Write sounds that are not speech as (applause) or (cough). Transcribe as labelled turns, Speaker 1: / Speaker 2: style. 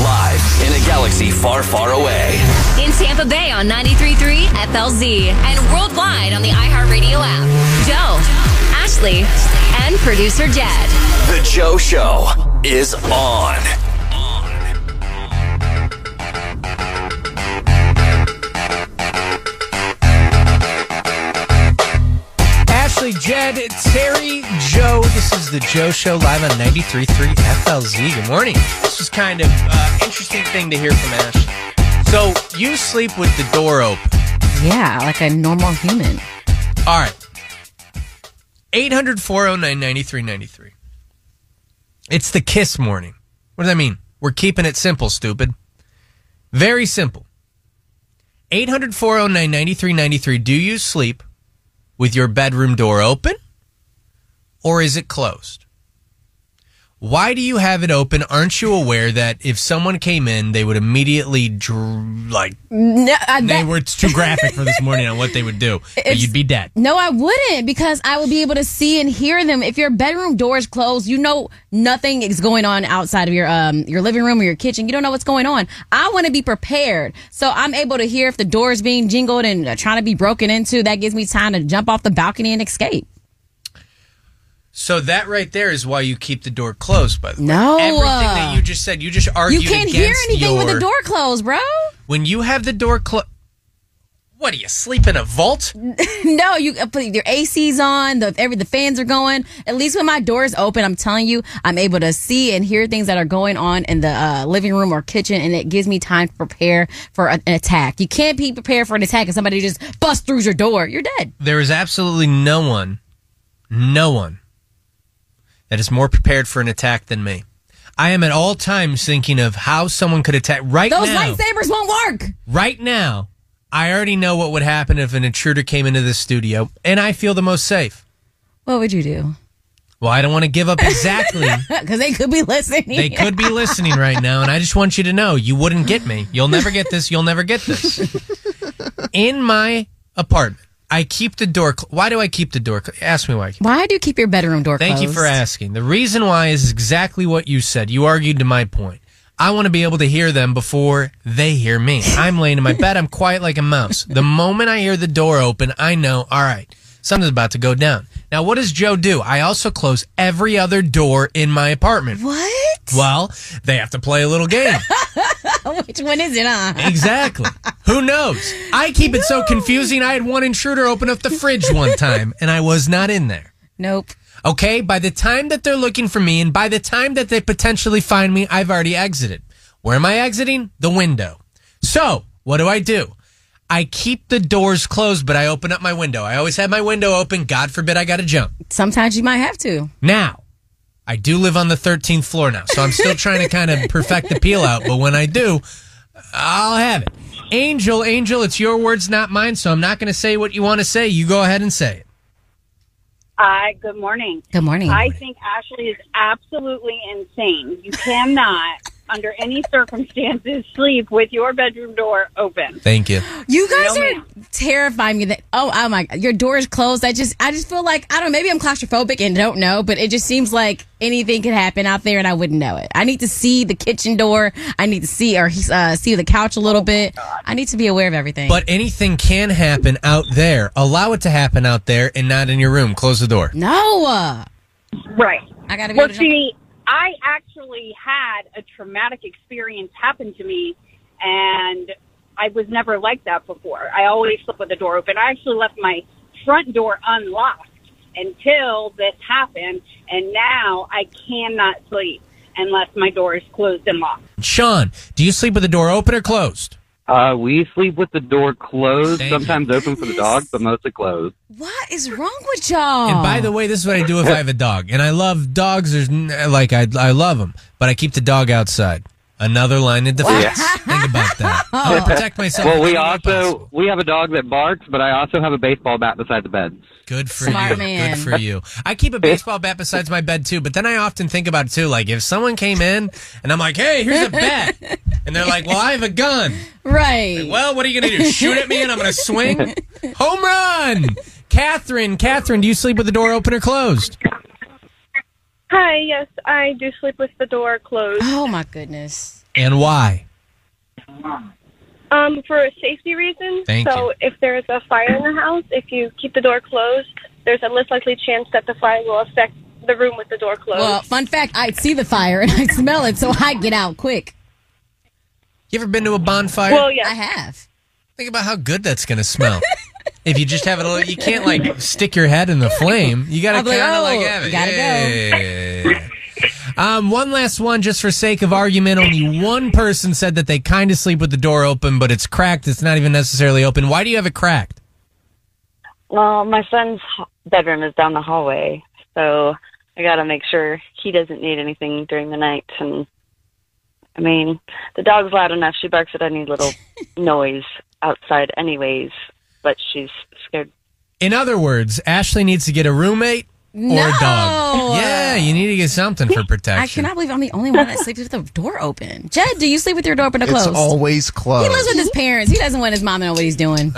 Speaker 1: Live in a galaxy far, far away.
Speaker 2: In Tampa Bay on 93.3 FLZ and worldwide on the iHeartRadio app. Joe, Ashley, and producer Jed.
Speaker 1: The Joe Show is on.
Speaker 3: Ashley, Jed, Terry, Joe. This is the Joe Show live on 93.3 FLZ. Good morning. This is kind of uh, interesting thing to hear from Ashley. So you sleep with the door open.
Speaker 4: Yeah, like a normal human.
Speaker 3: All right. 800 409 9393. It's the kiss morning. What does that mean? We're keeping it simple, stupid. Very simple. 800 409 9393. Do you sleep with your bedroom door open or is it closed? Why do you have it open? Aren't you aware that if someone came in, they would immediately dr- like
Speaker 4: No, I
Speaker 3: they
Speaker 4: bet-
Speaker 3: were it's too graphic for this morning on what they would do. But
Speaker 4: It's-
Speaker 3: you'd be dead.
Speaker 4: No, I wouldn't because I would be able to see and hear them. If your bedroom door is closed, you know nothing is going on outside of your um your living room or your kitchen. You don't know what's going on. I want to be prepared, so I'm able to hear if the door is being jingled and uh, trying to be broken into. That gives me time to jump off the balcony and escape.
Speaker 3: So that right there is why you keep the door closed. By the way,
Speaker 4: No.
Speaker 3: everything that you just said, you just argued.
Speaker 4: you can't hear
Speaker 3: against
Speaker 4: anything with
Speaker 3: your-
Speaker 4: the door closed, bro.
Speaker 3: When you have the door closed, what do you sleep in a vault?
Speaker 4: No, you uh, put your ACs on. The every the fans are going. At least when my door is open, I'm telling you, I'm able to see and hear things that are going on in the uh, living room or kitchen, and it gives me time to prepare for a- an attack. You can't be prepared for an attack if somebody just busts through your door. You're dead.
Speaker 3: There is absolutely no one, no one, that is more prepared for an attack than me. I am at all times thinking of how someone could attack right
Speaker 4: Those
Speaker 3: now.
Speaker 4: lightsabers won't work.
Speaker 3: right now, I already know what would happen if an intruder came into this studio, and I feel the most safe.
Speaker 4: What would you do? (laughs)
Speaker 3: Well, I don't want to give up exactly.
Speaker 4: Because they could be listening. (laughs)
Speaker 3: They could be listening right now, and I just want you to know you wouldn't get me. You'll never get this. You'll never get this. In my apartment, I keep the door. Cl- why do I keep the door? Cl- Ask me why. I keep-
Speaker 4: Why do you keep your bedroom door
Speaker 3: Thank
Speaker 4: closed?
Speaker 3: you for asking. The reason why is exactly what you said. You argued to my point. I want to be able to hear them before they hear me. I'm laying in my bed. I'm quiet like a mouse. The moment I hear the door open, I know, all right, something's about to go down. Now, what does Joe do? I also close every other door in my apartment.
Speaker 4: What? (laughs)
Speaker 3: Well, they have to play a little game.
Speaker 4: Which one is it? Huh?
Speaker 3: Exactly. Who knows? I keep it so confusing. I had one intruder open up the fridge one time, and I was not in there.
Speaker 4: Nope.
Speaker 3: Okay, by the time that they're looking for me, and by the time that they potentially find me, I've already exited. Where am I exiting? The window. So, what do I do? I keep the doors closed, but I open up my window. I always have my window open. God forbid I got to jump.
Speaker 4: Sometimes you might have to.
Speaker 3: Now, I do live on the 13th floor now, so I'm still trying to kind (laughs) of perfect the peel out, but when I do, I'll have it. Angel, Angel, it's your words, not mine, so I'm not going to say what you want to say. You go ahead and say it.
Speaker 5: Uh, good morning.
Speaker 4: Good morning.
Speaker 5: I think Ashley is absolutely insane. You cannot, under any circumstances, sleep with your bedroom door open.
Speaker 3: Thank you.
Speaker 4: You guys
Speaker 5: No,
Speaker 4: are terrifying me. That oh, oh my, your door is closed. I just, I just feel like I don't. know, Maybe I'm claustrophobic and don't know, but it just seems like anything could happen out there, and I wouldn't know it. I need to see the kitchen door. I need to see or uh, see the couch a little bit. I need to be aware of everything.
Speaker 3: But anything can happen out there. Allow it to happen out there and not in your room. Close the door.
Speaker 4: no, uh,
Speaker 5: Right.
Speaker 4: I gotta be.
Speaker 5: Well,
Speaker 4: able to jump-
Speaker 5: see, I actually had a traumatic experience happen to me, and I was never like that before. I always slept with the door open. I actually left my front door unlocked until this happened, and now I cannot sleep unless my door is closed and locked.
Speaker 3: Sean, do you sleep with the door open or closed?
Speaker 6: Uh, we sleep with the door closed,
Speaker 3: Thank you.
Speaker 6: sometimes open for the dog, but mostly closed.
Speaker 4: what is wrong with y'all?
Speaker 3: And by the way, this is what I do if I have a dog. And I love dogs. There's n- like I I love them, but I keep the dog outside. Another line of defense. (laughs) Think about
Speaker 4: (laughs)
Speaker 3: that.
Speaker 4: Oh.
Speaker 3: I protect myself.
Speaker 6: Well, we
Speaker 3: as much as
Speaker 6: also
Speaker 3: possible.
Speaker 6: we have a dog that barks, but I also have a baseball bat beside the bed.
Speaker 3: good for
Speaker 4: Smart
Speaker 3: you.
Speaker 4: man.
Speaker 3: Good for you. I keep a baseball bat besides my bed too. But then I often think about it too. Like if someone came in and I'm like, "Hey, here's a bat," and they're like, "Well, I have a gun."
Speaker 4: right.
Speaker 3: Well, what are you going to do? Shoot at me and I'm going to
Speaker 6: (laughs)
Speaker 3: swing? Home run! Catherine, Catherine, do you sleep with the door open or closed?
Speaker 7: Hi, yes, I do sleep with the door closed.
Speaker 4: Oh my goodness.
Speaker 3: and why?
Speaker 7: Um, for a safety reason.
Speaker 3: Thank
Speaker 7: so
Speaker 3: you.
Speaker 7: if there is a fire in the house, if you keep the door closed, there's a less likely chance that the fire will affect the room with the door closed.
Speaker 4: Well, fun fact, I see the fire and I smell it, so I get out quick.
Speaker 3: You ever been to a bonfire?
Speaker 7: Well, yeah.
Speaker 4: I have.
Speaker 3: Think about how good that's going to smell. if you just have it a little, you can't like stick your head in the flame. You got
Speaker 4: I'll
Speaker 3: to
Speaker 4: be like,
Speaker 3: kind of like
Speaker 4: "Oh,
Speaker 3: have it.
Speaker 4: gotta go."
Speaker 3: Yeah. Um, one last one, just for sake of argument. Only one person said that they kind of sleep with the door open, but it's cracked. It's not even necessarily open. Why do you have it cracked?
Speaker 8: Well, my son's h- bedroom is down the hallway, so I got to make sure he doesn't need anything during the night. And I mean, the dog's loud enough; she barks at any little noise outside, anyways. But she's scared.
Speaker 3: In other words, Ashley needs to get a roommate or a
Speaker 4: No.
Speaker 3: dog. Yeah, you need to get something for protection.
Speaker 4: I cannot believe I'm the only one that sleeps with the door open. Jed, do you sleep with your door open or
Speaker 9: It's
Speaker 4: closed?
Speaker 9: always
Speaker 4: he
Speaker 9: closed.
Speaker 4: lives with his parents. He doesn't want his mom to know what he's doing.